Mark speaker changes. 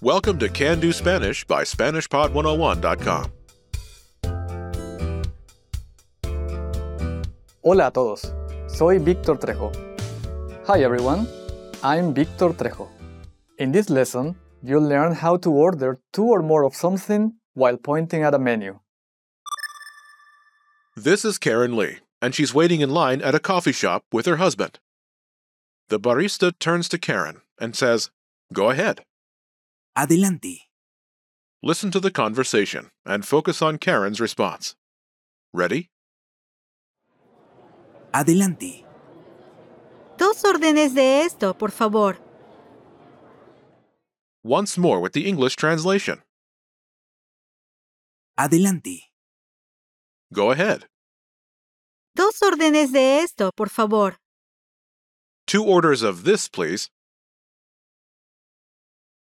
Speaker 1: Welcome to Can Do Spanish by SpanishPod101.com.
Speaker 2: Hola a todos, soy Víctor Trejo. Hi everyone, I'm Víctor Trejo. In this lesson, you'll learn how to order two or more of something while pointing at a menu.
Speaker 1: This is Karen Lee, and she's waiting in line at a coffee shop with her husband. The barista turns to Karen and says, Go ahead.
Speaker 3: Adelante.
Speaker 1: Listen to the conversation and focus on Karen's response. Ready?
Speaker 3: Adelante.
Speaker 4: Dos órdenes de esto, por favor.
Speaker 1: Once more with the English translation.
Speaker 3: Adelante.
Speaker 1: Go ahead.
Speaker 4: Dos órdenes de esto, por favor.
Speaker 1: Two orders of this, please.